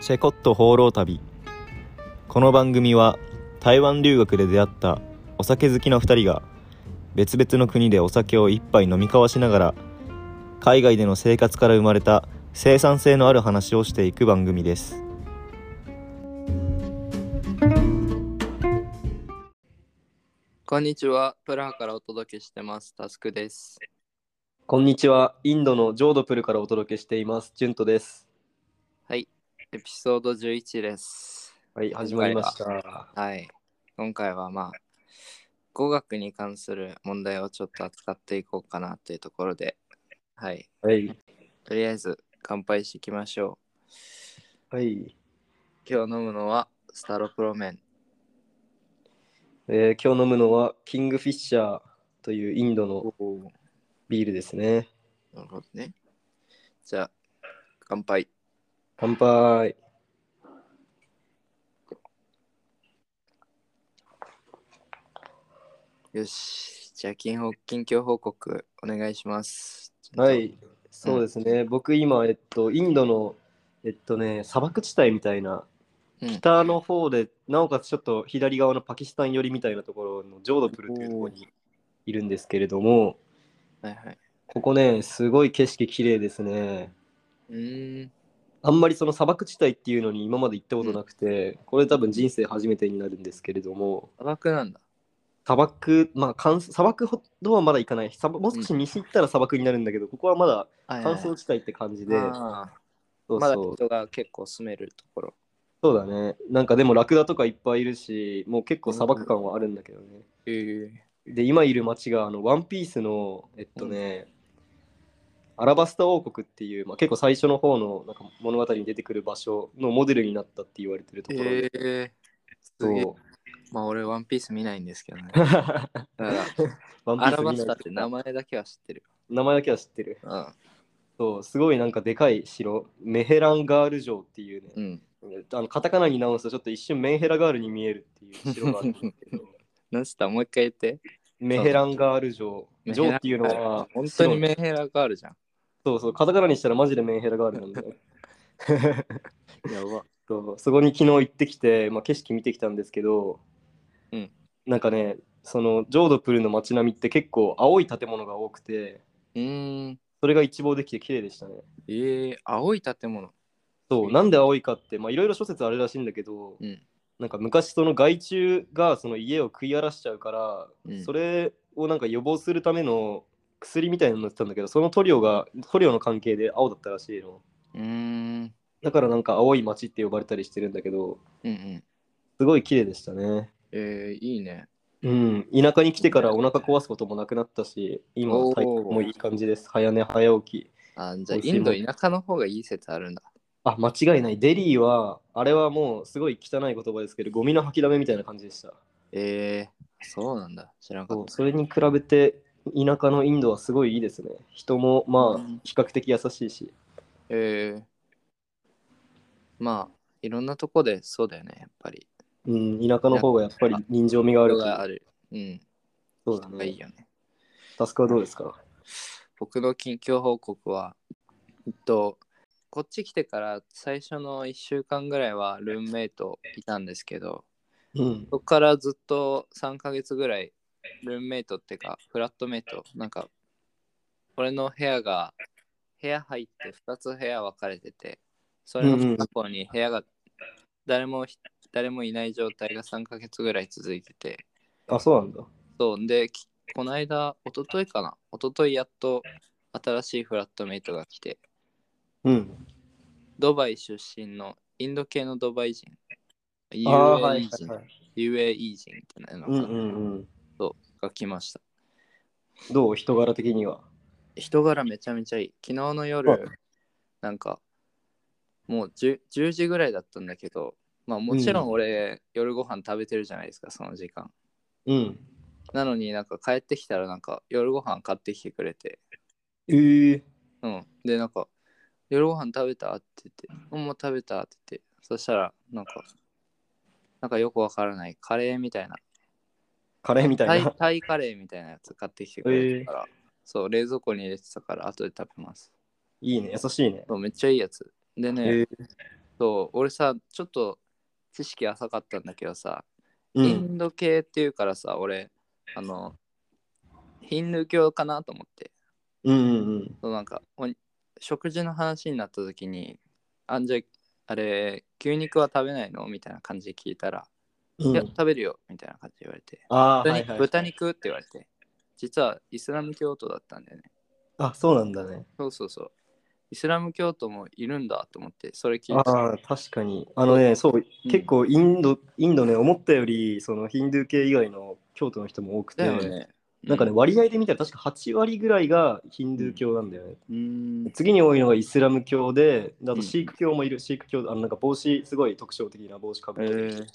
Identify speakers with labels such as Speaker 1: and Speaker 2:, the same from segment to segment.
Speaker 1: チェコット放浪旅この番組は台湾留学で出会ったお酒好きの2人が別々の国でお酒を一杯飲み交わしながら海外での生活から生まれた生産性のある話をしていく番組です
Speaker 2: こんにちは。プラハからお届けしてます。タスクです。
Speaker 3: こんにちは。インドのジョードプルからお届けしています。ジュントです。
Speaker 2: エピソード11です。
Speaker 3: はい、始まりました。
Speaker 2: はい。今回はまあ、語学に関する問題をちょっと扱っていこうかなというところで、はい。
Speaker 3: はい。
Speaker 2: とりあえず乾杯していきましょ
Speaker 3: はい。
Speaker 2: う。今日飲むのはスタロプロメン。
Speaker 3: えー今日飲むのはキングフィッシャーというインドの
Speaker 2: お
Speaker 3: ビールですね。
Speaker 2: なるほどね。じゃあ、乾杯。
Speaker 3: 乾杯。
Speaker 2: よし。じゃあ、近報近況報告お願いします。
Speaker 3: はい。そうですね。僕今、えっと、インドの、えっとね、砂漠地帯みたいな、
Speaker 2: うん
Speaker 3: 北の方で、なおかつちょっと左側のパキスタン寄りみたいなところのジョードプルというところにいるんですけれども、
Speaker 2: はいはい。
Speaker 3: ここね、すごい景色綺麗ですね。
Speaker 2: うーん。
Speaker 3: あんまりその砂漠地帯っていうのに今まで行ったことなくて、これ多分人生初めてになるんですけれども
Speaker 2: 砂漠なんだ。
Speaker 3: 砂漠まあ乾砂漠ほどはまだ行かない砂漠もう少し西行ったら砂漠になるんだけどここはまだ
Speaker 2: はいは
Speaker 3: 乾
Speaker 2: い
Speaker 3: 燥地帯って感じで、
Speaker 2: あー
Speaker 3: そう
Speaker 2: まだ
Speaker 3: そう
Speaker 2: 人が結構住めるところ。
Speaker 3: そうだねなんかでもラクダとかいっぱいいるしもう結構砂漠感はあるんだけどね、
Speaker 2: えー、
Speaker 3: で今いる町があのワンピースのえっとね、アラバスタ王国っていう、まあ、結構最初の方のなんか物語に出てくる場所のモデルになったって言われてるところで、
Speaker 2: えすげえ
Speaker 3: そう
Speaker 2: まあ俺ワンピース見ないんですけど ね。だから
Speaker 3: ワンピ
Speaker 2: ア
Speaker 3: ー
Speaker 2: ラ
Speaker 3: ス
Speaker 2: バ
Speaker 3: 見
Speaker 2: ス
Speaker 3: な
Speaker 2: タっ
Speaker 3: い
Speaker 2: て名前だけは知ってる。
Speaker 3: 名前だけは知ってる。
Speaker 2: うん。
Speaker 3: そう、すごいなんかでかい城、メヘランガール城っていうね、
Speaker 2: うん。
Speaker 3: あのカタカナに直すとちょっと一瞬メンヘラガールに見えるっていう城があるんです けど、
Speaker 2: なんつったもう一回言って。
Speaker 3: メヘランガール城、
Speaker 2: メヘラ
Speaker 3: 城っていうのは、
Speaker 2: 本当にメンヘラがあるじゃん。
Speaker 3: そうそう、カタカナにしたらマジでメンヘラガールなんだよ。
Speaker 2: やば。
Speaker 3: そうそこに昨日行ってきて、まあ、景色見てきたんですけど、
Speaker 2: うん
Speaker 3: なんかね、そのジョードプルの街並みって結構青い建物が多くて、
Speaker 2: うーん。
Speaker 3: それが一望できて綺麗でしたね。
Speaker 2: えー、青い建物。
Speaker 3: そう、なんで青いかって、まあ、いろいろ諸説あるらしいんだけど、
Speaker 2: うん
Speaker 3: なんか昔その害虫がその家を食い荒らしちゃうから、
Speaker 2: うん
Speaker 3: それをなんか予防するための薬みたいなの塗ってたんだけど、その塗料が塗料の関係で青だったらしいの。
Speaker 2: うーん。
Speaker 3: だからなんか青い町って呼ばれたりしてるんだけど、
Speaker 2: うんうん。
Speaker 3: すごい綺麗でしたね。
Speaker 2: えー、いいね。
Speaker 3: うん、田舎に来てからお腹壊すこともなくなったし、今
Speaker 2: おー
Speaker 3: 体調もいい感じです。早寝早起き。
Speaker 2: あじゃあ
Speaker 3: 美味
Speaker 2: イ
Speaker 3: しい
Speaker 2: ン
Speaker 3: も
Speaker 2: ド
Speaker 3: ん
Speaker 2: 田舎の方がいい説あるんだ。
Speaker 3: あ、間違いない。デリーは、あれはもうすごい汚い言葉ですけど、ゴミの吐きだめみたいな感じでした。
Speaker 2: えー、そうなんだ。知らんか
Speaker 3: そ
Speaker 2: っ
Speaker 3: うそれに比べて田舎のインドはすごいいいですね。人も
Speaker 2: うん
Speaker 3: まあ比較的優しいし。
Speaker 2: た。えー、まあいろんなとこでそうだよね、やっぱり。
Speaker 3: うん、田舎の方がやっぱり人情味がある
Speaker 2: 人が
Speaker 3: か
Speaker 2: ある。うん。
Speaker 3: そうだ
Speaker 2: 人がいい
Speaker 3: ね。
Speaker 2: よね。
Speaker 3: タスクはどうですか
Speaker 2: 僕の近況報告は、えっと、こっち来てから最初の1週間ぐらいはルームメイトいたんですけど、
Speaker 3: うん。
Speaker 2: そこからずっと3ヶ月ぐらい、ルームメイトってか、フラットメイト、なんか、俺の部屋が、部屋入って2つ部屋分かれてて、それの2方に部屋が、誰もひ、誰もいない状態が3ヶ月ぐらい続いてて、
Speaker 3: あ、そうなんだ。
Speaker 2: そう、で、きこの間、一昨日かな一昨日やっと新しいフラットメイトが来て、
Speaker 3: うん。
Speaker 2: ドバイ出身のインド系のドバイ人、
Speaker 3: ああー、は
Speaker 2: UAE
Speaker 3: い
Speaker 2: 人、
Speaker 3: はいはい。
Speaker 2: UAE 人ってなのか
Speaker 3: うん
Speaker 2: な
Speaker 3: うんうん。
Speaker 2: が来ました。
Speaker 3: どう人柄的には。
Speaker 2: 人柄めちゃめちゃいい。昨日の
Speaker 3: あ
Speaker 2: 夜、なんか、もう 10, 10時ぐらいだったんだけど、まあもちろん俺、夜ご飯食べてるじゃないですか、その時間。
Speaker 3: うん。
Speaker 2: なのになんか帰ってきたらなんか夜ご飯買ってきてくれて、
Speaker 3: えー、
Speaker 2: うん。で、なんか、夜ご飯食べたって言って、もう食べたって言って、そしたら、なんか、なんかよくわからない、カレーみたいな、
Speaker 3: カレーみた
Speaker 2: タ
Speaker 3: い
Speaker 2: イ
Speaker 3: な。
Speaker 2: タイカレーみたいなやつ買ってきてくれたから、そう、冷蔵庫に入れてたから、後で食べます。
Speaker 3: いいね、優しいね。
Speaker 2: そうめっちゃいいやつ。でね、
Speaker 3: えー
Speaker 2: そう俺さちょっと知識浅かったんだけどさ、
Speaker 3: う
Speaker 2: イ
Speaker 3: ん。
Speaker 2: ンド系っていうからさ俺あのヒンドゥー教かなと思って
Speaker 3: うんうん
Speaker 2: そうなんかお食事の話になった時に「あんじゃあれ牛肉は食べないの?」みたいな感じで聞いたら「
Speaker 3: う
Speaker 2: い
Speaker 3: ん。う
Speaker 2: や
Speaker 3: ん、
Speaker 2: 食べるよ」みたいな感じで言われて
Speaker 3: ああ、
Speaker 2: 豚
Speaker 3: はい
Speaker 2: 肉
Speaker 3: はい。
Speaker 2: 豚肉って言われて実はイスラム教徒だったんだよね
Speaker 3: あ、そうなんだね。
Speaker 2: そうそうそうイスラム教徒もいるんだと思ってそれ聞い
Speaker 3: あ
Speaker 2: た
Speaker 3: あ、確かに。あのね、そう、
Speaker 2: うん
Speaker 3: 結構インド、インドね、思ったより、そのヒンドゥー系以外の京都の人も多くて、
Speaker 2: だよね
Speaker 3: なんかね、割合で見たら確か8割ぐらいがヒンドゥー教なんだよね。
Speaker 2: うん
Speaker 3: 次に多いのがイスラム教で、あ
Speaker 2: うん
Speaker 3: とシーク教もいる、シーク教、あのなんか帽子、すごい特徴的な帽子かぶ
Speaker 2: え
Speaker 3: ってる、
Speaker 2: ー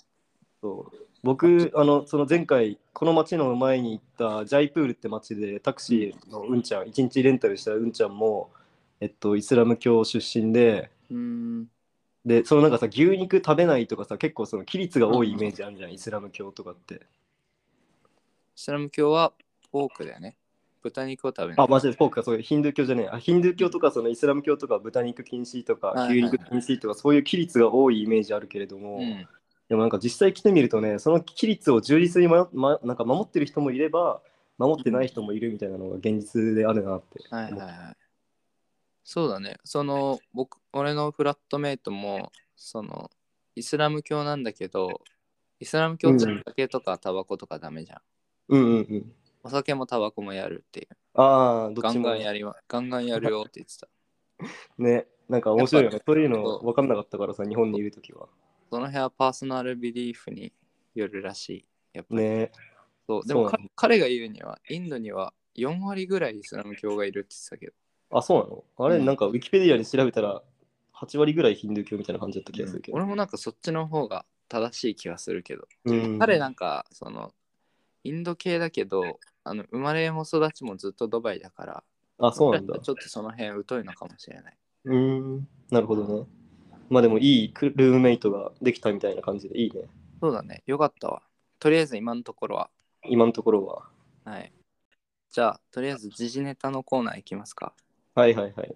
Speaker 3: そう僕、あのその前回、この町の前に行ったジャイプールって町で、タクシーのうんちゃん、一日レンタルしたうんちゃんも、えっと、イスラム教出身で、
Speaker 2: うん
Speaker 3: で、そのなんかさ、牛肉食べないとかさ、結構その規律が多いイメージあるじゃん、イスラム教とかって。
Speaker 2: イスラム教はポークだよね。豚肉を食べない。
Speaker 3: あ、マジでフォークか、そういうヒンドゥー教じゃねえ。あヒンドゥー教とか、そのイスラム教とか、豚肉禁止とか
Speaker 2: は、いはい
Speaker 3: 牛
Speaker 2: はい
Speaker 3: 肉禁止とか、そういう規律が多いイメージあるけれども、
Speaker 2: うん、
Speaker 3: でもなんか実際来てみるとね、その規律を忠実に、まま、なんか守ってる人もいれば、守ってない人もいるみたいなのが現実であるなって。
Speaker 2: はいはいはい。そうだね。その僕、俺のフラットメイトも、そのイスラム教なんだけど、イスラム教って
Speaker 3: うん
Speaker 2: 酒とかタバコとかダメじゃん。
Speaker 3: うんうんうん。
Speaker 2: お酒もタバコもやるっていう。
Speaker 3: ああ、ど
Speaker 2: ガ
Speaker 3: っち
Speaker 2: ン
Speaker 3: も
Speaker 2: ガンやりま、ガンガンやるよって言ってた。
Speaker 3: ね。なんか面白い
Speaker 2: や
Speaker 3: よ
Speaker 2: っ
Speaker 3: ね。
Speaker 2: ぱ
Speaker 3: そういうの分かんなかったからさ、日本にいるときは。
Speaker 2: その辺はパーソナルビリーフによるらしい。やっぱり。
Speaker 3: ね。
Speaker 2: そうでも
Speaker 3: そう
Speaker 2: か
Speaker 3: なん
Speaker 2: 彼が言うには、インドには4割ぐらいイスラム教がいるって言ってたけど。
Speaker 3: あ、そうなのあれ、
Speaker 2: うん
Speaker 3: なんかウィキペディアで調べたら、8割ぐらいヒンドゥー教みたいな感じだった気がするけど。
Speaker 2: 俺もなんかそっちの方が正しい気がするけど、
Speaker 3: うん
Speaker 2: 彼なんかそのインド系だけどあの生まれも育ちもずっとドバイだから
Speaker 3: あ、そうなんだ。
Speaker 2: ちょっとその辺疎いのかもしれない、
Speaker 3: うん。なるほどね。まあでもいいクルームメイトができたみたいな感じでいいね。
Speaker 2: そうだねよかったわとりあえず今のところは
Speaker 3: 今のところは。
Speaker 2: はいじゃあとりあえず時事ネタのコーナーいきますか
Speaker 3: はいはいはい。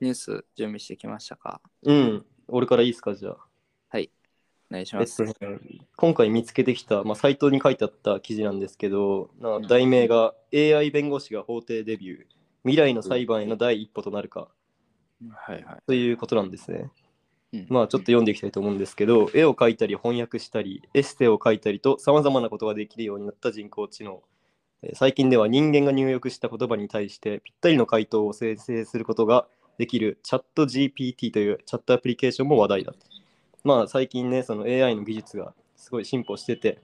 Speaker 2: ニュース準備してきましたか
Speaker 3: うん。俺からいいですか、じゃあ。
Speaker 2: お願いし
Speaker 3: え
Speaker 2: ま
Speaker 3: っ
Speaker 2: す、
Speaker 3: とね、今回見つけてきた、まあ、サイトに書いてあった記事なんですけど、な
Speaker 2: うん
Speaker 3: 題名が AI 弁護士が法廷デビュー、未来の裁判への第一歩となるか
Speaker 2: はいはい
Speaker 3: ということなんですね。
Speaker 2: うん
Speaker 3: まあちょっと読んでいきたいと思うんですけど、絵を描いたり翻訳したり、エステを描いたりとさまざまなことができるようになった人工知能。えー最近では人間が入力した言葉に対してぴったりの回答を生成することができるチャット GPT というチャットアプリケーションも話題だ。まあ最近ね、その AI の技術がすごい進歩してて、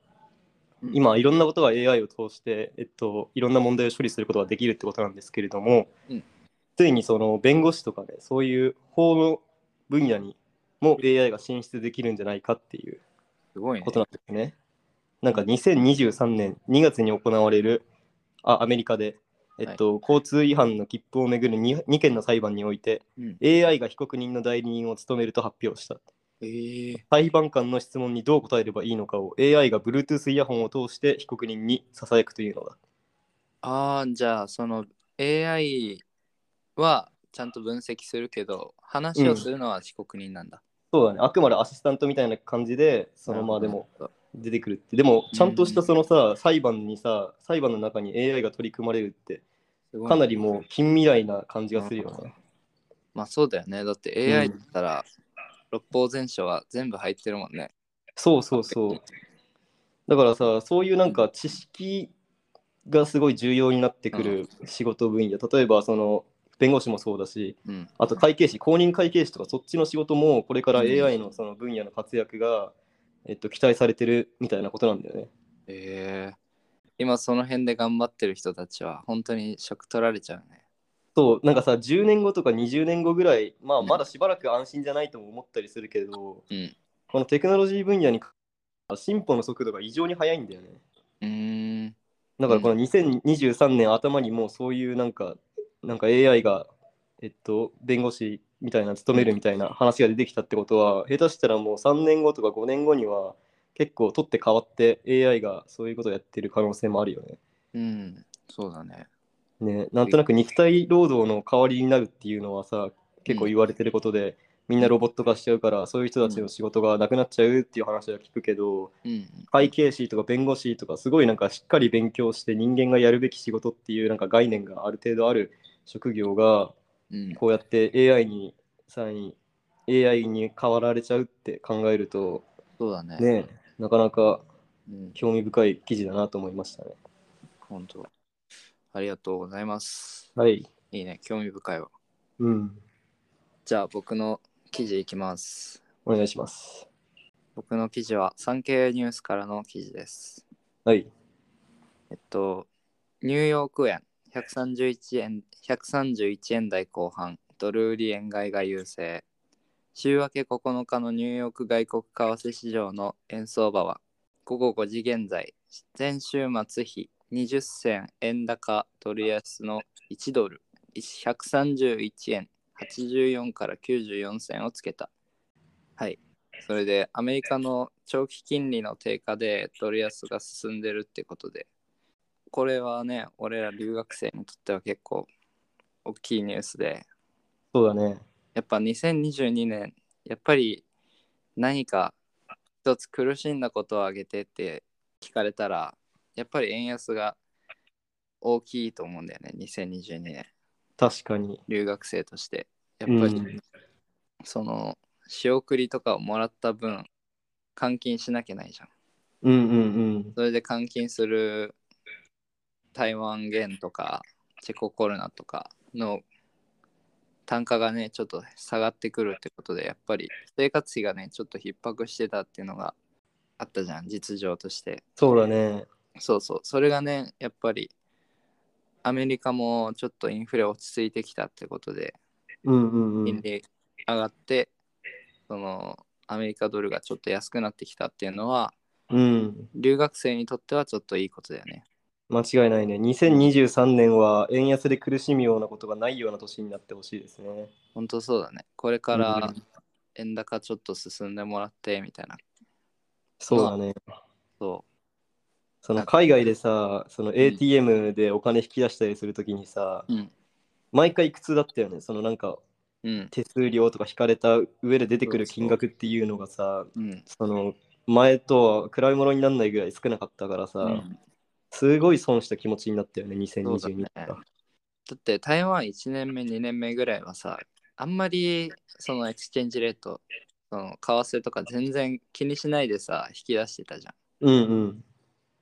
Speaker 2: うん
Speaker 3: 今いろんなことが AI を通して、えっと、いろんな問題を処理することができるってことなんですけれども、
Speaker 2: うん
Speaker 3: ついにその弁護士とかねそういう法の分野にも AI が進出できるんじゃないかっていう
Speaker 2: すごいね
Speaker 3: ことなんですね。なんか2023年2月に行われるあアメリカで、えっと交通違反の切符をめぐる 2, 2件の裁判において
Speaker 2: うん
Speaker 3: AI が被告人の代理人を務めると発表した。
Speaker 2: えー、
Speaker 3: 裁判官の質問にどう答えればいいのかを AI が Bluetooth イヤホンを通して被告人にささやくというのだ。
Speaker 2: ああ、じゃあ、その AI はちゃんと分析するけど、話をするのは被告人なんだ。
Speaker 3: そうだね、あくまでアシスタントみたいな感じで、そ
Speaker 2: な
Speaker 3: の
Speaker 2: る
Speaker 3: ま
Speaker 2: ほ
Speaker 3: あ
Speaker 2: ど
Speaker 3: でも。出てくるって、でもちゃんとしたそのさ、裁判にさ、裁判の中に AI が取り組まれるって、
Speaker 2: すごい
Speaker 3: かなりもう近未来な感じがするよね。
Speaker 2: まあそうだよね。だって AI だったら、六法全書は全部入ってるもんね。
Speaker 3: そうそうそう。だからさ、そういうなんか知識がすごい重要になってくる仕事分野、例えばその弁護士もそうだし、
Speaker 2: うん。
Speaker 3: あと会計士、公認会計士とかそっちの仕事もこれから
Speaker 2: うん
Speaker 3: AI のその分野の活躍が、えっと、期待されてるみたいなことなんだよね。
Speaker 2: ええ今その辺で頑張ってる人たちは、本当に職取られちゃうね。
Speaker 3: そうなんかさ10年後とか20年後ぐらい、まあ、
Speaker 2: うん
Speaker 3: まだしばらく安心じゃないとも思ったりするけど、
Speaker 2: うん
Speaker 3: このテクノロジー分野に進歩の速度が異常に速いんだよね
Speaker 2: うーん。
Speaker 3: だからこの2023年頭にもうそういうなんかなんか AI が、えっと、弁護士みたいな勤めるみたいな話が出てきたってことは下手したらもう3年後とか5年後には結構取って変わって AI がそういうことをやってる可能性もあるよね。
Speaker 2: うん。そうだね。
Speaker 3: ね、なんとなく肉体労働の代わりになるっていうのはさ結構言われてることで、みんなロボット化しちゃうからそういう人たちの仕事がなくなっちゃうっていう話は聞くけど、
Speaker 2: うん。
Speaker 3: 会計士とか弁護士とかすごいなんかしっかり勉強して人間がやるべき仕事っていうなんか概念がある程度ある職業が
Speaker 2: うん。
Speaker 3: こうやって AI にさらに AI に変わられちゃうって考えると
Speaker 2: そうだね。
Speaker 3: ねなかなか
Speaker 2: うん。
Speaker 3: 興味深い記事だなと思いましたね。
Speaker 2: 本当。ありがとうございます。
Speaker 3: はい。
Speaker 2: いいね。興味深いわ。
Speaker 3: うん。
Speaker 2: じゃあ僕の記事いきます。
Speaker 3: お願いします。
Speaker 2: 僕の記事は産経ニュースからの記事です。
Speaker 3: はい。
Speaker 2: えっと、ニューヨーク円131円 ,131 円台後半、ドル売り円買いが優勢。週明け9日のニューヨーク外国為替市場の円相場は午後5時現在、前週末比20銭円高ドル安の1ドル131円84から94銭をつけた。はい。それでアメリカの長期金利の低下でドル安が進んでるってことで、これはね、俺ら留学生にとっては結構大きいニュースで、
Speaker 3: そうだね。
Speaker 2: やっぱ2022年、やっぱり何か一つ苦しんだことを挙げてって聞かれたら、やっぱり円安が大きいと思うんだよね、2022年、
Speaker 3: 確かに。
Speaker 2: 留学生として。や
Speaker 3: う
Speaker 2: っぱり、
Speaker 3: ん
Speaker 2: その、仕送りとかをもらった分、換金しなきゃないじゃん。
Speaker 3: うんうん
Speaker 2: それで換金する台湾元とか、チェココルナとかの単価がね、ちょっと下がってくるってことで、やっぱり生活費がね、ちょっと逼迫してたっていうのがあったじゃん、実情として。
Speaker 3: そうだね。
Speaker 2: そうそう、それがね、やっぱりアメリカもちょっとインフレ落ち着いてきたってことで、
Speaker 3: うんうんう
Speaker 2: 金
Speaker 3: ん。
Speaker 2: 利上がって、そのアメリカドルがちょっと安くなってきたっていうのは、
Speaker 3: うん。
Speaker 2: 留学生にとってはちょっといいことだよね。
Speaker 3: 間違いないね。2023年は円安で苦しむようなことがないような年になってほしいですね。
Speaker 2: 本当そうだね。これから
Speaker 3: うん
Speaker 2: 円高ちょっと進んでもらってみたいな。
Speaker 3: そうだね。
Speaker 2: そ
Speaker 3: その海外でさ、その ATM でお金引き出したりするときにさ、
Speaker 2: う。うん。
Speaker 3: 毎回苦痛だったよね。そのなんか
Speaker 2: うん。
Speaker 3: 手数料とか引かれた上で出てくる金額っていうのがさ、
Speaker 2: うん。
Speaker 3: その前とは比べ物にならないぐらい少なかったからさ、
Speaker 2: うん
Speaker 3: すごい損した気持ちになったよね、2022
Speaker 2: そ
Speaker 3: 年
Speaker 2: うだ
Speaker 3: は
Speaker 2: ね。だって台湾1年目、2年目ぐらいはさ、あんまりそのエクスチェンジレート、その為替とか全然気にしないでさ、引き出してたじゃん。
Speaker 3: うんうん。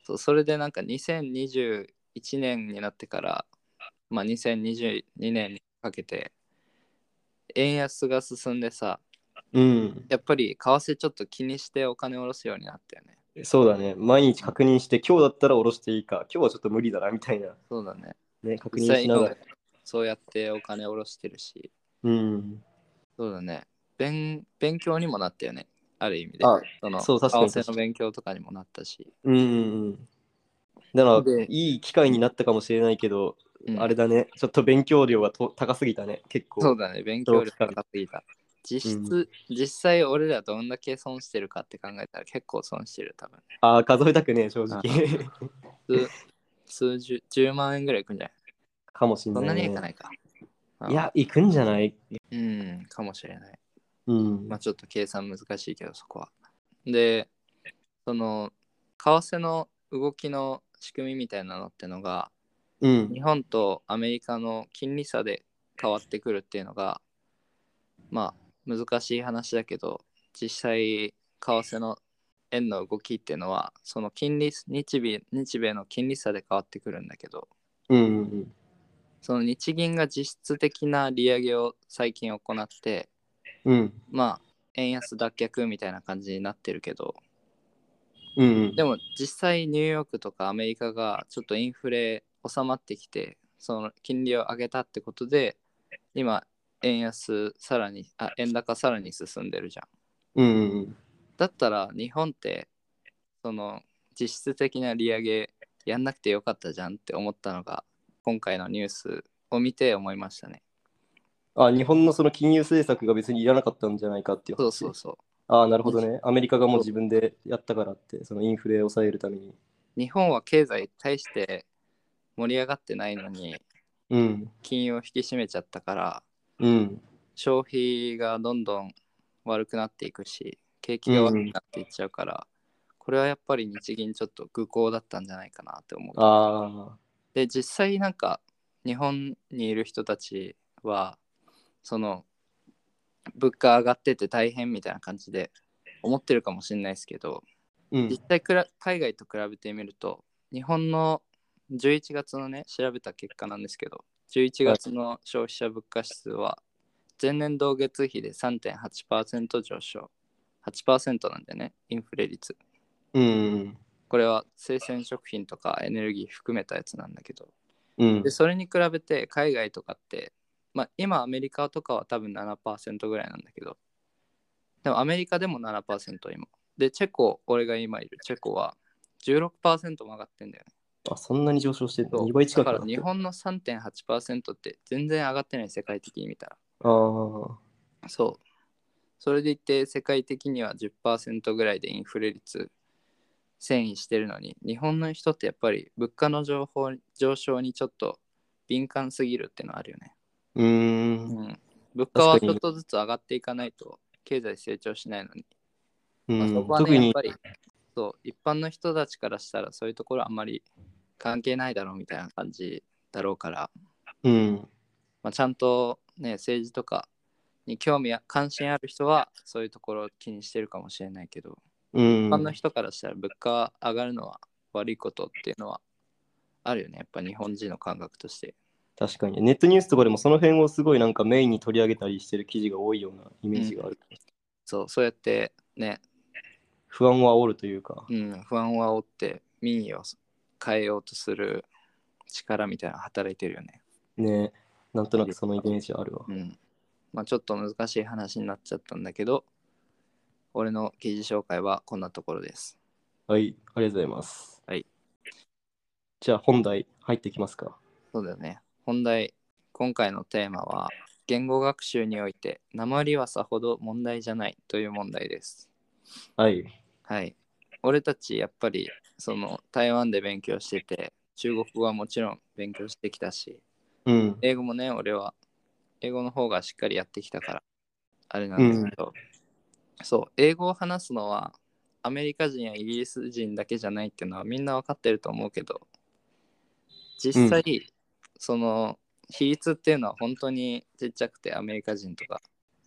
Speaker 2: そうそれでなんか2021年になってから、まあ、2022年にかけて、円安が進んでさ、
Speaker 3: うん。
Speaker 2: やっぱり為替ちょっと気にしてお金を下ろすようになったよね。
Speaker 3: そうだね。毎日確認して、今日だったら下ろしていいか、今日はちょっと無理だなみたいな、
Speaker 2: そうだね。
Speaker 3: ね、確
Speaker 2: 実
Speaker 3: 認
Speaker 2: 際
Speaker 3: しなが
Speaker 2: 今
Speaker 3: ら。
Speaker 2: そうやってお金を下ろしてるし、
Speaker 3: うん。
Speaker 2: そうだね。勉勉強にもなったよね。ある意味で。
Speaker 3: あ
Speaker 2: その
Speaker 3: そう確かに
Speaker 2: 為替の勉強とかにもなったし。
Speaker 3: うんうんうん。だから、
Speaker 2: で
Speaker 3: いい機会になったかもしれないけど、
Speaker 2: うん
Speaker 3: あれだね、ちょっと勉強量がと高すぎたね、結構。
Speaker 2: そうだね。勉強力が高すぎた。実質、実際俺らどんだけ損してるかって考えたら結構損してる、多 分。
Speaker 3: ああ、数えたくねえ、正直。
Speaker 2: 数数十、10万円ぐらいいくんじゃない
Speaker 3: かもしんな
Speaker 2: そ
Speaker 3: い、
Speaker 2: ん
Speaker 3: ね。
Speaker 2: なにいかないか。
Speaker 3: いや、行くんじゃない
Speaker 2: うん、かもしれない。
Speaker 3: うん。
Speaker 2: まあちょっと計算難しいけどそこは。で、その、為替の動きの仕組みみたいなのってのが、
Speaker 3: うん
Speaker 2: 日。本とアメリカの金利差で変わってくるっていうのが、まあ難しい話だけど、実際、為替の円の動きっていうのは、その金利、日米日米の金利差で変わってくるんだけど、
Speaker 3: うんうん
Speaker 2: その日銀が実質的な利上げを最近行って、
Speaker 3: うん。うん。
Speaker 2: まあ円安脱却みたいな感じになってるけど
Speaker 3: うんうん。
Speaker 2: でも実際ニューヨークとかアメリカがちょっとインフレ収まってきてその金利を上げたってことで今円安さらにあ円高さらに進んでるじゃん
Speaker 3: うんうん
Speaker 2: だったら日本ってその実質的な利上げやんなくてよかったじゃんって思ったのが今回のニュースを見て思いましたね
Speaker 3: うん。あ、日本のその金融政策が別にいらなかったんじゃないかっていう話
Speaker 2: そうそうそう
Speaker 3: ああ、なるほどね。アメリカがもう自分でやったからって、そのインフレを抑えるために。
Speaker 2: 日本は経済大して盛り上がってないのに
Speaker 3: うん。
Speaker 2: 金融を引き締めちゃったから
Speaker 3: うん。
Speaker 2: 消費がどんどん悪くなっていくし景気が悪くなっていっちゃうから、これはやっぱり日銀ちょっと愚行だったんじゃないかなって思う
Speaker 3: あ
Speaker 2: で実際なんか日本にいる人たちはその物価上がってて大変みたいな感じで思ってるかもしれないですけど
Speaker 3: ーうん
Speaker 2: 実際くら海外と比べてみると日本の11月のね調べた結果なんですけど11月の消費者物価指数は前年同月比で3.8%上昇8%なんでねインフレ率
Speaker 3: うん
Speaker 2: これは生鮮食品とかエネルギー含めたやつなんだけど
Speaker 3: うん
Speaker 2: でそれに比べて海外とかって、まあ、今アメリカとかは多分7%ぐらいなんだけどでもアメリカでも7%今でチェコ俺が今いるチェコは16%も上がってんだよね
Speaker 3: あそんなに上昇してる
Speaker 2: そう
Speaker 3: 2倍近
Speaker 2: だ
Speaker 3: く
Speaker 2: か
Speaker 3: なっ
Speaker 2: ら
Speaker 3: てる
Speaker 2: 日本の3.8%って全然上がってない世界的に見たら
Speaker 3: あー
Speaker 2: そうそれでいて世界的には10%ぐらいでインフレ率遷移してるのに日本の人ってやっぱり物価の情報上昇にちょっと敏感すぎるってのはあるよね
Speaker 3: うーん
Speaker 2: うん物価は
Speaker 3: 確
Speaker 2: ち
Speaker 3: か
Speaker 2: ょ
Speaker 3: に
Speaker 2: っとずつ上がっていかないと経済成長しないのに、
Speaker 3: う
Speaker 2: まあそ
Speaker 3: ん
Speaker 2: こは
Speaker 3: 特
Speaker 2: ねやっ
Speaker 3: に
Speaker 2: ぱりそう一般の人たちからしたらそういうところはあんまり関係ないだろうみたいな感じだろうから、
Speaker 3: うん
Speaker 2: まあ、ちゃんとね政治とかに興味や関心ある人はそういうところを気にしてるかもしれないけど、
Speaker 3: うん
Speaker 2: 一般の人からしたら物価上がるのは悪いことっていうのはあるよねやっぱ日本人の感覚として
Speaker 3: 確かにネットニュースとかでもその辺をすごいなんかメインに取り上げたりしてる記事が多いようなイメージがある、
Speaker 2: そうそうやってね
Speaker 3: 不安を煽るというか
Speaker 2: うん、不安を煽って民意を変えようとする力みたいなの働いてるよね。
Speaker 3: ねなんとなくそのイメージあるわ
Speaker 2: うん。まあちょっと難しい話になっちゃったんだけど、俺の記事紹介はこんなところです。
Speaker 3: はいありがとうございます
Speaker 2: はい
Speaker 3: じゃあ本題入ってきますか
Speaker 2: そうだよね。本題、今回のテーマは、言語学習において、鉛はさほど問題じゃないという問題です。
Speaker 3: はい
Speaker 2: はい。俺たちやっぱりその台湾で勉強してて、中国語はもちろん勉強してきたし、
Speaker 3: うん
Speaker 2: 英語もね、俺は、英語の方がしっかりやってきたから、あれなんですけど、そう、英語を話すのは、アメリカ人やイギリス人だけじゃないっていうのはみんなわかってると思うけど、実際、その、比率っていうのは本当にちっちゃくて、アメリカ人とか、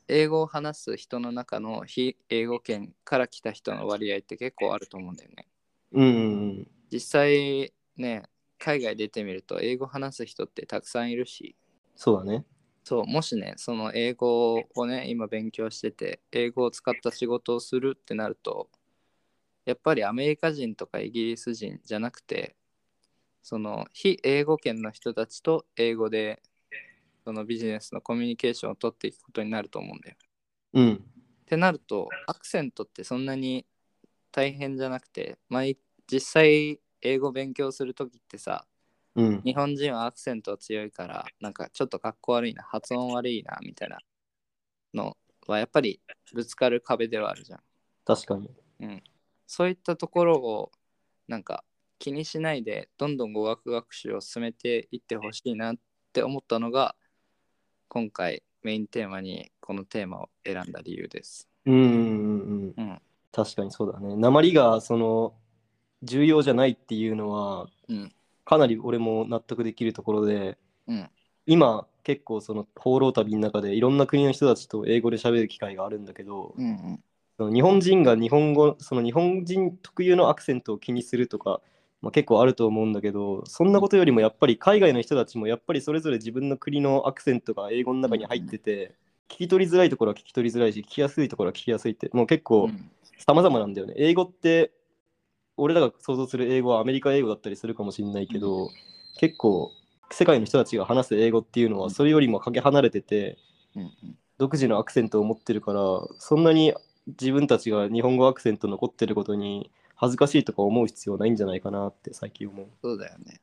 Speaker 2: 英語を話す人の中の非英語圏から来た人の割合って結構あると思うんだよね。
Speaker 3: うんうん
Speaker 2: 実際ね、海外出てみると、英語話す人ってたくさんいるし、
Speaker 3: そうだね
Speaker 2: そう、もしね、その英語をね、今勉強してて、英語を使った仕事をするってなると、やっぱりアメリカ人とかイギリス人じゃなくて、その非英語圏の人たちと英語でそのビジネスのコミュニケーションを取っていくことになると思うんだよ。
Speaker 3: うん
Speaker 2: ってなると、アクセントってそんなに大変じゃなくて、まあ、い実際英語勉強するときってさ、
Speaker 3: うん
Speaker 2: 日本人はアクセント強いからなんかちょっとかっこ悪いな発音悪いなみたいなのはやっぱりぶつかる壁ではあるじゃん
Speaker 3: 確かに
Speaker 2: そういったところをなんか気にしないでどんどん語学学習を進めていってほしいなって思ったのが今回メインテーマにこのテーマを選んだ理由です
Speaker 3: うんうんうんう
Speaker 2: うんん
Speaker 3: 確かにそうだね鉛がその重要じゃないっていうのは、
Speaker 2: うん
Speaker 3: かなり俺も納得できるところで
Speaker 2: うん
Speaker 3: 今結構その放浪旅の中でいろんな国の人たちと英語で喋る機会があるんだけど、
Speaker 2: うんうん
Speaker 3: その日本人が日本語その日本人特有のアクセントを気にするとか、まあ、結構あると思うんだけどそんなことよりもやっぱり海外の人たちもやっぱりそれぞれ自分の国のアクセントが英語の中に入ってて聞き取りづらいところは聞き取りづらいし聞きやすいところは聞きやすいってもう結構
Speaker 2: うん
Speaker 3: 様々なんだよね。英語って俺らが想像する英語はアメリカ英語だったりするかもしれないけど、結構世界の人たちが話す英語っていうのはそれよりもかけ離れてて
Speaker 2: うん
Speaker 3: 独自のアクセントを持ってるからそんなに自分たちが日本語アクセント残ってることに恥ずかしいとか思う必要ないんじゃないかなって最近思う。
Speaker 2: そうだよね。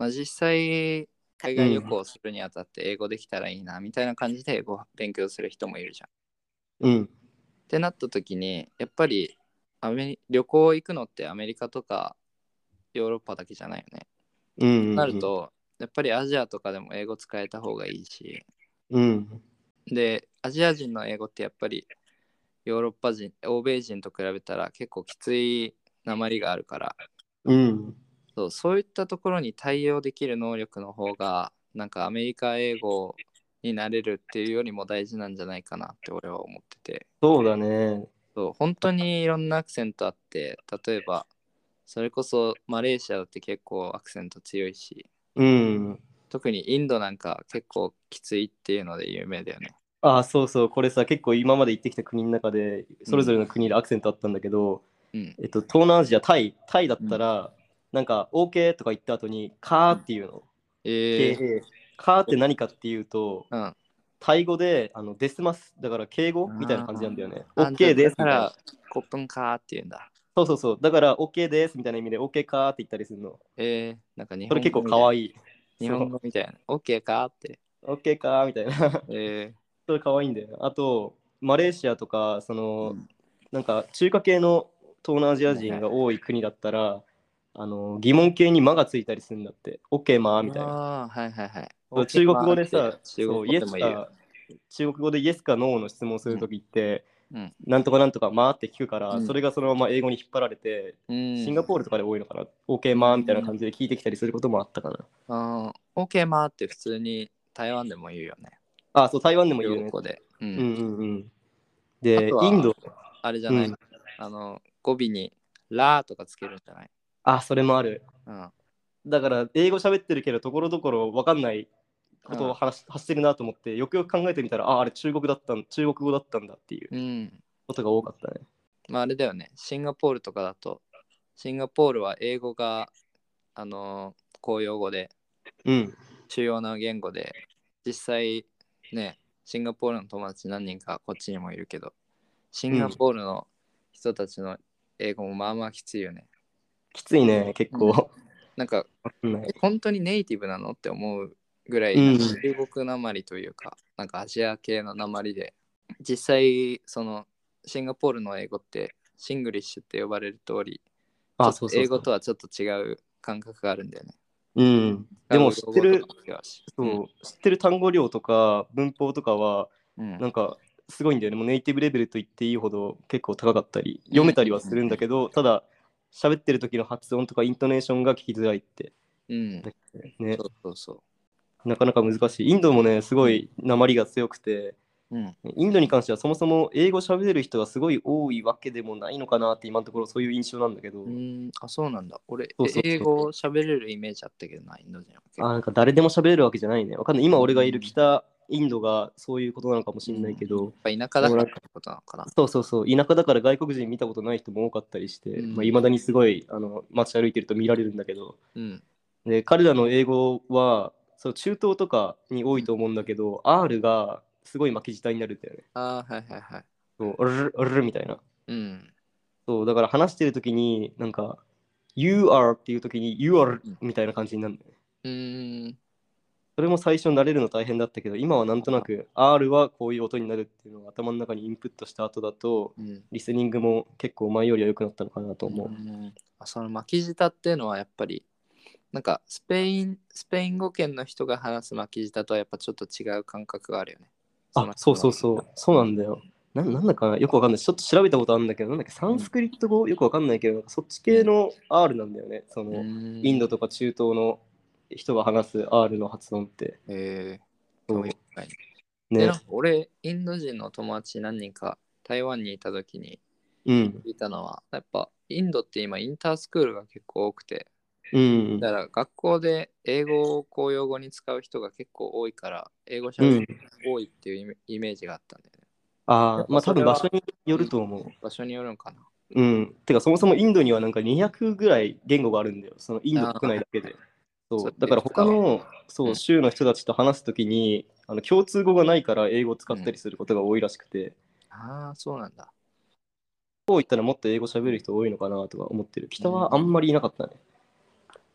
Speaker 2: まあ、実際、海外旅行をするにあたって英語できたらいいなみたいな感じで英語を勉強する人もいるじゃん。
Speaker 3: うん、
Speaker 2: ってなった時に、やっぱりアメリ旅行行くのってアメリカとかヨーロッパだけじゃないよね。
Speaker 3: うんうんうん
Speaker 2: なると、やっぱりアジアとかでも英語使えた方がいいし、
Speaker 3: うん
Speaker 2: で、アジア人の英語ってやっぱりヨーロッパ人、欧米人と比べたら結構きつい鉛があるから、
Speaker 3: うん。
Speaker 2: そうそういったところに対応できる能力の方が、なんかアメリカ英語になれるっていうよりも大事なんじゃないかなって俺は思ってて、
Speaker 3: そうだね。
Speaker 2: そう本当にいろんなアクセントあって、例えば、それこそマレーシアだって結構アクセント強いし、
Speaker 3: うん。
Speaker 2: 特にインドなんか結構きついっていうので有名だよね。
Speaker 3: ああ、そうそう。これさ、結構今まで行ってきた国の中で、それぞれの国でアクセントあったんだけど、
Speaker 2: うん。
Speaker 3: えっと、東南アジア、タイ、タイだったら、なんか、OK とか言った後に、カーっていうの。
Speaker 2: えー
Speaker 3: KA カーって何かっていうと、
Speaker 2: うん。
Speaker 3: タイ語で、あのデスマス、だから敬語みたいな感じなんだよね。
Speaker 2: あ
Speaker 3: OK です
Speaker 2: だか
Speaker 3: みたいな
Speaker 2: ら。、コップンカーっていうんだ。
Speaker 3: そうそうそう。だから、OK ですみたいな意味で、OK カーって言ったりするの。
Speaker 2: えー、なんか日
Speaker 3: そ
Speaker 2: 本
Speaker 3: れ
Speaker 2: 語
Speaker 3: 結構可
Speaker 2: い
Speaker 3: 愛い。
Speaker 2: 日本語みたいな。オッケーかーって。
Speaker 3: そう OK カーみたいな。
Speaker 2: え
Speaker 3: それ可愛いんだよね。あと、マレーシアとか、その、
Speaker 2: うん
Speaker 3: なんか中華系の東南アジア人が多い国だったら、あの疑問系に「間」がついたりするんだって、OK まあ
Speaker 2: ー、
Speaker 3: みたいな。
Speaker 2: ああ、はいはいはい。
Speaker 3: そう中国語でさ、
Speaker 2: 中国
Speaker 3: そう
Speaker 2: 語
Speaker 3: イエ
Speaker 2: で
Speaker 3: ス
Speaker 2: も言うよ。
Speaker 3: か、中国語でイエスかノーの質問するときって、
Speaker 2: うん
Speaker 3: なんとかなんとか、まあって聞くから、
Speaker 2: うん
Speaker 3: それがそのまま英語に引っ張られて、
Speaker 2: うん、
Speaker 3: シンガポールとかで多いのかな、OK まあみたいな感じで聞いてきたりすることもあったかな。
Speaker 2: あーオッケーまーって普通に台湾でも言うよね。
Speaker 3: あ、そう、台湾でも言う
Speaker 2: 中国。
Speaker 3: ね
Speaker 2: 語で。うん。
Speaker 3: うんうんうん。
Speaker 2: あ
Speaker 3: で
Speaker 2: と、は
Speaker 3: インド、
Speaker 2: あれじゃない、
Speaker 3: うん
Speaker 2: あの、語尾にラーとかつけるんじゃない
Speaker 3: あ、それもある。
Speaker 2: うん。
Speaker 3: だから英語喋ってるけどところどころ分かんないことを話し発してるなと思ってよくよく考えてみたらああれ中国だったん中国語だったんだっていう
Speaker 2: うん。
Speaker 3: ことが多かったね。
Speaker 2: まああれだよね。シンガポールとかだと、シンガポールは英語が、あのー、公用語で、
Speaker 3: うん。
Speaker 2: 主要な言語で実際ねシンガポールの友達何人かこっちにもいるけどシンガポールの人たちの英語もまあまあきついよね、
Speaker 3: きついね結構。
Speaker 2: なんか
Speaker 3: うん
Speaker 2: え本当にネイティブなのって思うぐらい
Speaker 3: うん
Speaker 2: 中国なまりというか、なんかアジア系のなまりで実際そのシンガポールの英語ってシングリッシュって呼ばれる通り
Speaker 3: あ
Speaker 2: ちょっと
Speaker 3: そうそうそう
Speaker 2: 英語とはちょっと違う感覚があるんだよね
Speaker 3: うん。でも知ってる
Speaker 2: 韓国語とかも違うし
Speaker 3: そう知ってる単語量とか文法とかは
Speaker 2: うん
Speaker 3: なんかすごいんだよねもうネイティブレベルと言っていいほど結構高かったり読めたりはするんだけどただ喋ってる時の発音とかイントネーションが聞きづらいって
Speaker 2: うん、
Speaker 3: ね
Speaker 2: そうそうそ
Speaker 3: なかなか難しいインドもねすごい鉛が強くて
Speaker 2: ううん
Speaker 3: インドに関してはそもそも英語喋れる人がすごい多いわけでもないのかなって今のところそういう印象なんだけど、
Speaker 2: うーん、あ、そうなんだ。俺、
Speaker 3: そうそうそう
Speaker 2: 英語喋れるイメージあったけどな、インド人は結
Speaker 3: あ
Speaker 2: 構。
Speaker 3: なんか誰でも喋れるわけじゃないねわかんない今俺がいる
Speaker 2: うん
Speaker 3: 北インドがそういうことなのかもしれないけど、
Speaker 2: やっぱ田舎だからってことなのかな。
Speaker 3: そうそうそう田舎だから外国人見たことない人も多かったりしてい
Speaker 2: うん
Speaker 3: まあ、未だにすごいあの街歩いてると見られるんだけど
Speaker 2: うん。
Speaker 3: で彼らの英語はそう中東とかに多いと思うんだけど、R がすごい巻き舌になるんだよね
Speaker 2: あーはいはいはい。
Speaker 3: そうルルルルみたいな
Speaker 2: うん。
Speaker 3: そう、だから話してるときに、なんか、You are っていうときに、You are
Speaker 2: うん
Speaker 3: みたいな感じになるんだよね。
Speaker 2: うーん。
Speaker 3: それも最初慣れるの大変だったけど、今はなんとなく R はこういう音になるっていうのを頭の中にインプットした後だと、
Speaker 2: うん。
Speaker 3: リスニングも結構前よりは良くなったのかなと思う。
Speaker 2: んあその巻き舌っていうのはやっぱり、なんかスペイン、スペイン語圏の人が話す巻き舌とはやっぱちょっと違う感覚があるよね。
Speaker 3: あ、そうそうそう、そうなんだよ。ななんだかなよくわかんない。ちょっと調べたことあるんだけど、なんだっけ、サンスクリット語よくわかんないけど、なんかそっち系の R なんだよね。その、イ
Speaker 2: イ
Speaker 3: ンドとか中東の人が話す R の発音って。
Speaker 2: えー、
Speaker 3: そう
Speaker 2: 興味深いねで
Speaker 3: ね
Speaker 2: なん。か俺、インド人の友達何人か台湾にいたときに、
Speaker 3: うん。
Speaker 2: 聞いたのはやっぱインドって今インタースクールが結構多くて
Speaker 3: うん。
Speaker 2: だから学校で英語を公用語に使う人が結構多いから英語喋る人が多いっていうイメイメージがあったんだよね、
Speaker 3: あ
Speaker 2: やっ
Speaker 3: あ、
Speaker 2: ぱ
Speaker 3: まあ
Speaker 2: そ
Speaker 3: 多
Speaker 2: れ
Speaker 3: 分
Speaker 2: は
Speaker 3: 場所によると思う。
Speaker 2: 場所によるのかな
Speaker 3: うん。てかそもそもインドにはなんか200ぐらい言語があるんだよ。そのインド国内だけで。
Speaker 2: そ
Speaker 3: そうう。だから他の
Speaker 2: う
Speaker 3: そ
Speaker 2: ん
Speaker 3: う州の人たちと話すときに、あの共通語がないから英語を使ったりすることが多いらしくて、
Speaker 2: ああそうなんだ
Speaker 3: こう言ったらもっと英語喋る人多いのかなとか思ってる。北はあんまりいなかったね。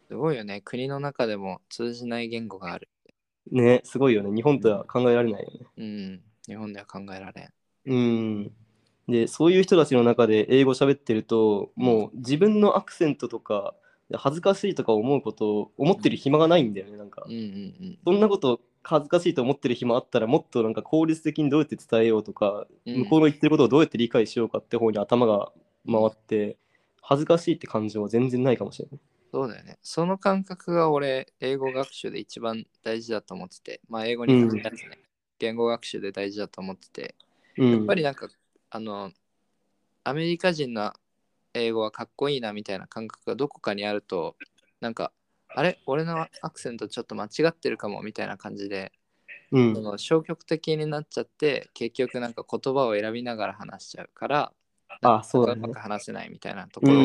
Speaker 2: すごいよね国の中でも通じない言語がある
Speaker 3: ね、すごいよね。日本とは考えられないよね。
Speaker 2: うん日本では考えられん
Speaker 3: うん。で、そういう人たちの中で英語喋ってると、もう自分のアクセントとか、恥ずかしいとか思うことを思ってる暇がないんだよね、なんか
Speaker 2: うん。うんうん
Speaker 3: そんなこと恥ずかしいと思ってる暇あったらもっとなんか効率的にどうやって伝えようとか、
Speaker 2: うん
Speaker 3: 向こうの言ってることをどうやって理解しようかって方に頭が回って恥ずかしいって感情は全然ないかもしれない。
Speaker 2: そうだよね。その感覚が俺、英語学習で一番大事だと思ってて、まあ、英語に限らずね、言語学習で大事だと思ってて、
Speaker 3: うん、
Speaker 2: やっぱりなんか、あの、アメリカ人の英語はかっこいいなみたいな感覚がどこかにあると、なんか、あれ俺のアクセントちょっと間違ってるかもみたいな感じで、
Speaker 3: うん
Speaker 2: その消極的になっちゃって、結局なんか言葉を選びながら話しちゃうから、
Speaker 3: あそうだ
Speaker 2: う
Speaker 3: ね
Speaker 2: まく話せないみたいなところが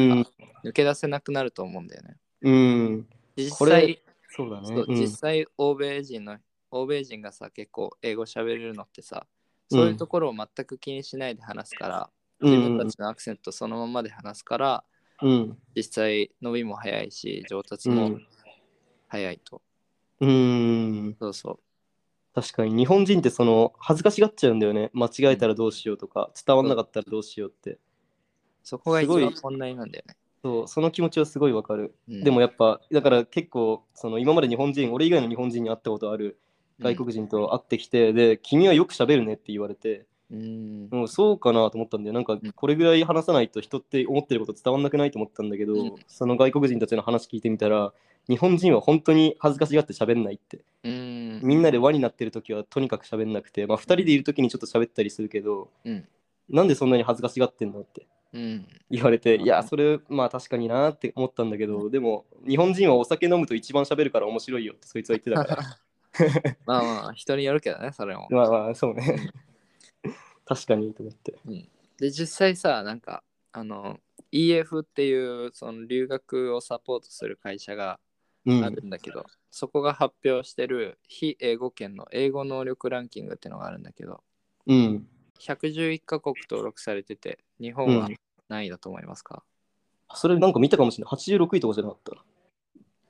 Speaker 2: 抜け出せなくなると思うんだよね。
Speaker 3: うん、こ
Speaker 2: 実際
Speaker 3: れ、そうだ
Speaker 2: そ
Speaker 3: ね
Speaker 2: う。
Speaker 3: うん
Speaker 2: 実際欧米人の欧米人がさ結構英語喋れるのってさそういうところを全く気にしないで話すから、自分たちのアクセントそのままで話すから、
Speaker 3: うん
Speaker 2: 実際伸びも早いし上達
Speaker 3: う
Speaker 2: も
Speaker 3: ん
Speaker 2: 早いと、
Speaker 3: うん、
Speaker 2: そうそ
Speaker 3: 確かに日本人ってその恥ずかしがっちゃうんだよね間違えたらどうしようとか伝わんなかったらどうしようって
Speaker 2: うそこが一
Speaker 3: すごい
Speaker 2: 番本題なんだよね、
Speaker 3: そうその気持ちはすごいわかる
Speaker 2: うん
Speaker 3: でもやっぱだから結構その今まで日本人俺以外の日本人に会ったことある外国人と会ってきて、で君はよく喋るねって言われて
Speaker 2: うん
Speaker 3: もうそうかなと思ったんでなんか
Speaker 2: うん
Speaker 3: これぐらい話さないと人って思ってること伝わんなくないと思ったんだけど、
Speaker 2: うん
Speaker 3: その外国人たちの話聞いてみたら日本人は本当に恥ずかしがって喋んないって
Speaker 2: うん
Speaker 3: みんなで輪になってる時はとにかく喋んなくて、まあ、2人でいる時にちょっと喋ったりするけど、
Speaker 2: うん
Speaker 3: なんでそんなに恥ずかしがってんのって
Speaker 2: うん
Speaker 3: 言われて、いや、それ、まあ確かになって思ったんだけど、でも、日本人はお酒飲むと一番喋るから面白いよってそいつは言ってた から、
Speaker 2: まあまあ人によるけどねそれも、
Speaker 3: まあまあ、そうね。確かにと思って。
Speaker 2: で実際さなんかあの EF っていうその留学をサポートする会社が
Speaker 3: うん
Speaker 2: あるんだけど、そこが発表してる非英語圏の英語能力ランキングっていうのがあるんだけど
Speaker 3: うん。
Speaker 2: 111カ国登録されてて日
Speaker 3: う
Speaker 2: 本は
Speaker 3: ん。
Speaker 2: 何位だと思いますか、
Speaker 3: それなんか見たかもしれない。86位とかじゃなかっ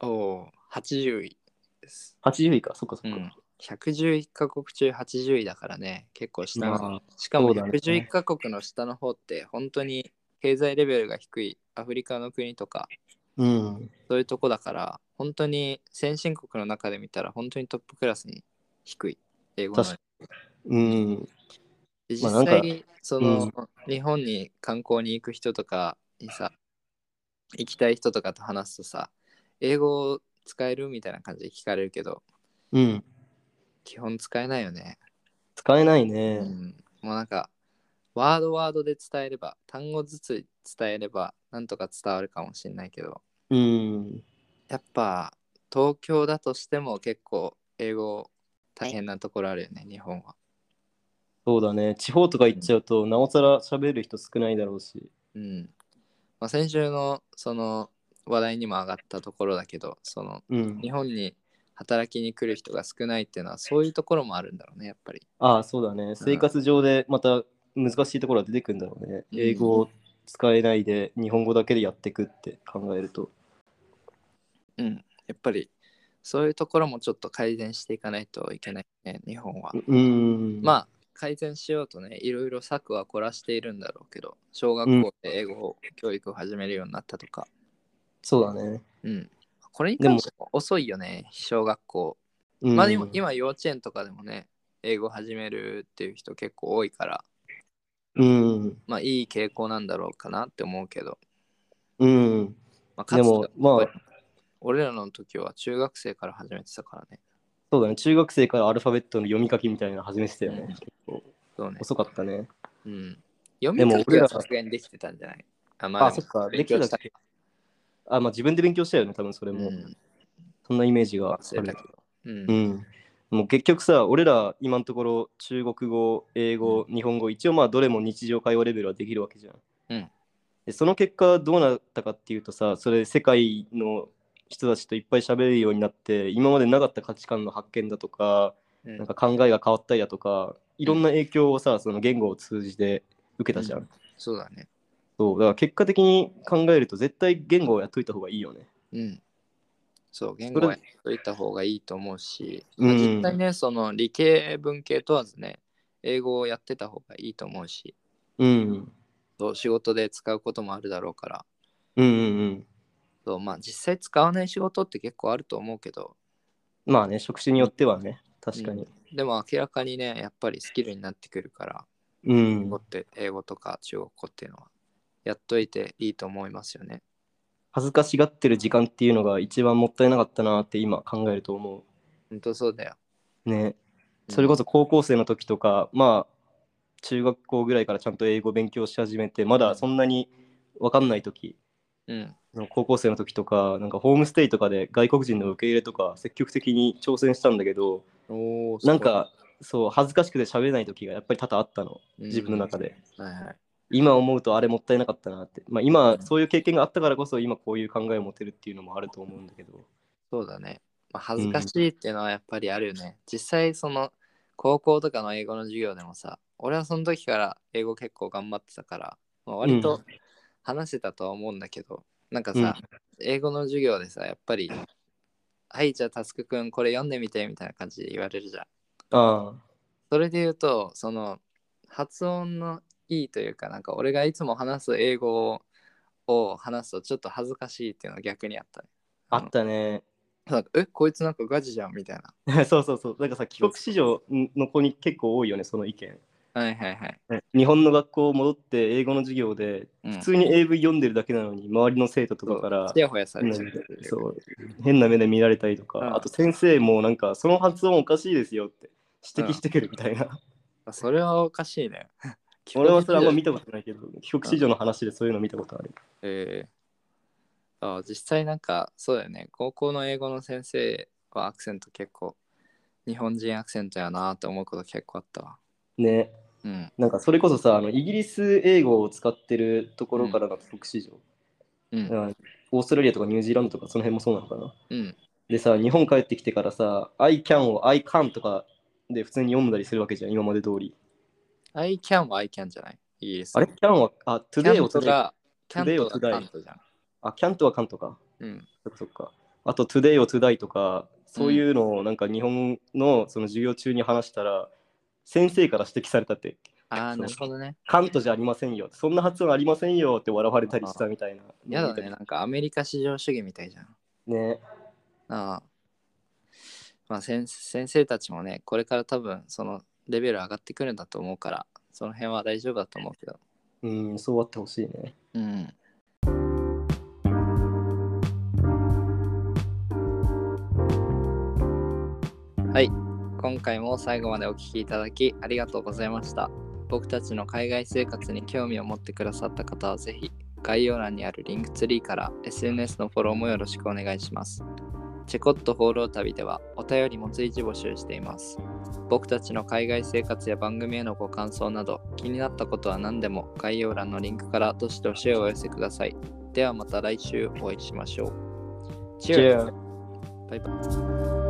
Speaker 2: おお80位です、
Speaker 3: た。80位か、そっか
Speaker 2: う
Speaker 3: そっ
Speaker 2: ん
Speaker 3: か。、
Speaker 2: 111カ国中80位だからね結構下なの
Speaker 3: まあ
Speaker 2: しかも
Speaker 3: そうだね
Speaker 2: 111カ国の下の方って本当に経済レベルが低いアフリカの国とか
Speaker 3: うん。
Speaker 2: そういうとこだから本当に先進国の中で見たら本当にトップクラスに低い英語の
Speaker 3: 確かうん。
Speaker 2: で
Speaker 3: ま
Speaker 2: 実
Speaker 3: あなんか
Speaker 2: 際、その、日本に観光に行く人とかにさ、行きたい人とかと話すとさ、英語を使えるみたいな感じで聞かれるけど、
Speaker 3: うん。
Speaker 2: 基本使えないよね。
Speaker 3: 使えないうね。
Speaker 2: ん。もうなんか、ワードワードで伝えれば、単語ずつ伝えれば、なんとか伝わるかもしれないけど、
Speaker 3: うん。
Speaker 2: やっぱ、東京だとしても結構、英語大変なところあるよね、日本は。
Speaker 3: そうだね。地方とか行っちゃうと、なおさら喋る人少ないだろうし。
Speaker 2: うん。まあ、先週の、その、話題にも上がったところだけど、その、
Speaker 3: うん。
Speaker 2: 日本に働きに来る人が少ないっていうのはそういうところもあるんだろうねやっぱり
Speaker 3: ああ、そうだね。生活上でまた難しいところは出てくるんだろうね。
Speaker 2: うん
Speaker 3: 英語を使えないで、日本語だけでやっていくって考えると。
Speaker 2: うんやっぱりそういうところもちょっと改善していかないといけないね日本は、
Speaker 3: ううーん。あ、
Speaker 2: まあ改善しようとねいろいろ策は凝らしているんだろうけど小学校で英語教育を始めるようになったとか
Speaker 3: そうだね。
Speaker 2: うん、これに関しても遅いよね小学校まあでも
Speaker 3: うん、
Speaker 2: 今幼稚園とかでもね英語始めるっていう人結構多いから
Speaker 3: うん。
Speaker 2: まあいい傾向なんだろうかなって思うけど
Speaker 3: うん。
Speaker 2: まあ、か
Speaker 3: で
Speaker 2: つて
Speaker 3: も
Speaker 2: は
Speaker 3: まあ
Speaker 2: やっぱり俺らの時は中学生から始めてたからね。
Speaker 3: そうだね。中学生からアルファベットの読み書きみたいなの始めてたよ
Speaker 2: うん
Speaker 3: ね。
Speaker 2: そうね。
Speaker 3: 遅かったね。
Speaker 2: うん、読み書
Speaker 3: で
Speaker 2: き
Speaker 3: も俺
Speaker 2: は
Speaker 3: ら
Speaker 2: さすがにできてたんじゃないあ、ま
Speaker 3: あ、
Speaker 2: でも
Speaker 3: そっか。で
Speaker 2: 勉
Speaker 3: きて
Speaker 2: 強
Speaker 3: たっ
Speaker 2: した
Speaker 3: けあ、まあ自分で勉強したよね、多分それ
Speaker 2: う
Speaker 3: も。
Speaker 2: ん、
Speaker 3: そんなイメージがある
Speaker 2: 忘れたけど。う。
Speaker 3: うんん。もう結局さ、俺ら今のところ中国語、英語、日本語、一応まあどれも日常会話レベルはできるわけじゃん。
Speaker 2: うん
Speaker 3: でその結果どうなったかっていうとさ、それ世界の人たちといっぱい喋れるようになって、今までなかった価値観の発見だとか、
Speaker 2: うん
Speaker 3: なんか考えが変わったりだとか、いろんな影響をさ、その言語を通じて受けたじゃん。
Speaker 2: うそうだね。
Speaker 3: そうだから結果的に考えると絶対言語をやっといた方がいいよね。
Speaker 2: うん。そう、言語はやっといた方がいいと思うし、
Speaker 3: うん
Speaker 2: まあ実際ね、その理系、文系問わずね、英語をやってた方がいいと思うし、
Speaker 3: うん。
Speaker 2: そう仕事で使うこともあるだろうから、
Speaker 3: うんうんうん。
Speaker 2: そうまあ実際使わない仕事って結構あると思うけど、
Speaker 3: まあね、職種によってはね。確かに。
Speaker 2: でも明らかにね、やっぱりスキルになってくるから、
Speaker 3: うん
Speaker 2: 語って英語とか中国語っていうのは、やっといていいと思いますよね。
Speaker 3: 恥ずかしがってる時間っていうのが一番もったいなかったなって今考えると思
Speaker 2: 本当そうだよ。
Speaker 3: う。ね。それこそ高校生の時とか、まあ、中学校ぐらいからちゃんと英語勉強し始めて、まだそんなに分かんない時、
Speaker 2: うん。
Speaker 3: 高校生の時とか、なんかホームステイとかで外国人の受け入れとか積極的に挑戦したんだけど、
Speaker 2: おお
Speaker 3: なん、か、そう、恥ずかしくて喋れない時がやっぱり多々あったの、自分の中
Speaker 2: で。
Speaker 3: で。
Speaker 2: はいはい。
Speaker 3: 今思うとあれもったいなかったなって。まあ今、そういう経験があったからこそ今こういう考えを持てるっていうのもあると思うんだけど。
Speaker 2: そうだね。まあ、恥ずかしいっていうのはやっぱりあるよね。実際、その、高校とかの英語の授業でもさ、俺はその時から英語結構頑張ってたから、まあ、割
Speaker 3: う
Speaker 2: と話せたとは思うんだけど、なんかさ、英語の授業でさ、やっぱり、はい、じゃあ、タスクくん、これ読んでみて、みたいな感じで言われるじゃん。
Speaker 3: ああ。
Speaker 2: それで言うと、その、発音のいいというか、なんか俺がいつも話す英語をを話すとちょっと恥ずかしいっていうのが逆にあったね。
Speaker 3: あったね。
Speaker 2: なんか、え、こいつなんかガチじゃんみたいな。
Speaker 3: そうそうそう。なんかさ、帰国子女の子に結構多いよね、その意見。
Speaker 2: はいはいはい。
Speaker 3: 日本の学校戻って英語の授業で、
Speaker 2: うん
Speaker 3: 普通に AV 読んでるだけなのに、周りの生徒とかから
Speaker 2: ち、やほやさ
Speaker 3: う
Speaker 2: れ
Speaker 3: ん
Speaker 2: ちゃってる。
Speaker 3: そう変な目で見られたりとか、
Speaker 2: うん
Speaker 3: あと先生もなんか、その発音おかしいですよって指摘してくるみたいな。
Speaker 2: あそれはおかしいね。
Speaker 3: 俺はそれあんま見
Speaker 2: た。
Speaker 3: たことないけど、帰国子女の話でそういうの見たことある。
Speaker 2: えーあ実際なんか、そうだよね。高校の英語の先生はアクセント結構、日本人アクセントやなと思うこと結構あったわ。
Speaker 3: ね。
Speaker 2: うん。
Speaker 3: なんかそれこそさ、あのイギリス英語を使ってるところからが帰国子女、
Speaker 2: うん。
Speaker 3: うんオーストラリアとかニュージーランドとかその辺もそうなのかな。
Speaker 2: うん。
Speaker 3: でさ、日本帰ってきてからさ、I can を I can とかで普通に読んだりするわけじゃん、今まで通り。
Speaker 2: I can は I can じゃないイギリス。
Speaker 3: あれ ?can は、あ、
Speaker 2: キャ
Speaker 3: today を
Speaker 2: ント
Speaker 3: today。
Speaker 2: が、キャントがカントじゃん。
Speaker 3: あ、can とは can とか。
Speaker 2: うん。
Speaker 3: そっかそっか。あと today を today とか、そういうのをなんか日本のその授業中に話したら、先生から指摘されたって、
Speaker 2: ああ、
Speaker 3: そう
Speaker 2: なるほどね。
Speaker 3: カントじゃありませんよ。そんな発音ありませんよって笑われたりしたみたいな。
Speaker 2: やだね。なんかアメリカ至上主義みたいじゃん。
Speaker 3: ね。
Speaker 2: ああ。まあ先先生たちもね、これから多分そのレベル上がってくるんだと思うから、その辺は大丈夫だと思うけど。
Speaker 3: うん、そうあってほしいね。
Speaker 2: うん。はい。今回も最後までお聞きいただきありがとうございました。僕たちの海外生活に興味を持ってくださった方はぜひ概要欄にあるリンクツリーから SNS のフォローもよろしくお願いします。チェコット放浪旅ではお便りも随時募集しています。僕たちの海外生活や番組へのご感想など気になったことは何でも概要欄のリンクからどしどしお寄せください。ではまた来週お会いしましょう。チェア
Speaker 3: Cheers.
Speaker 2: バイバイ。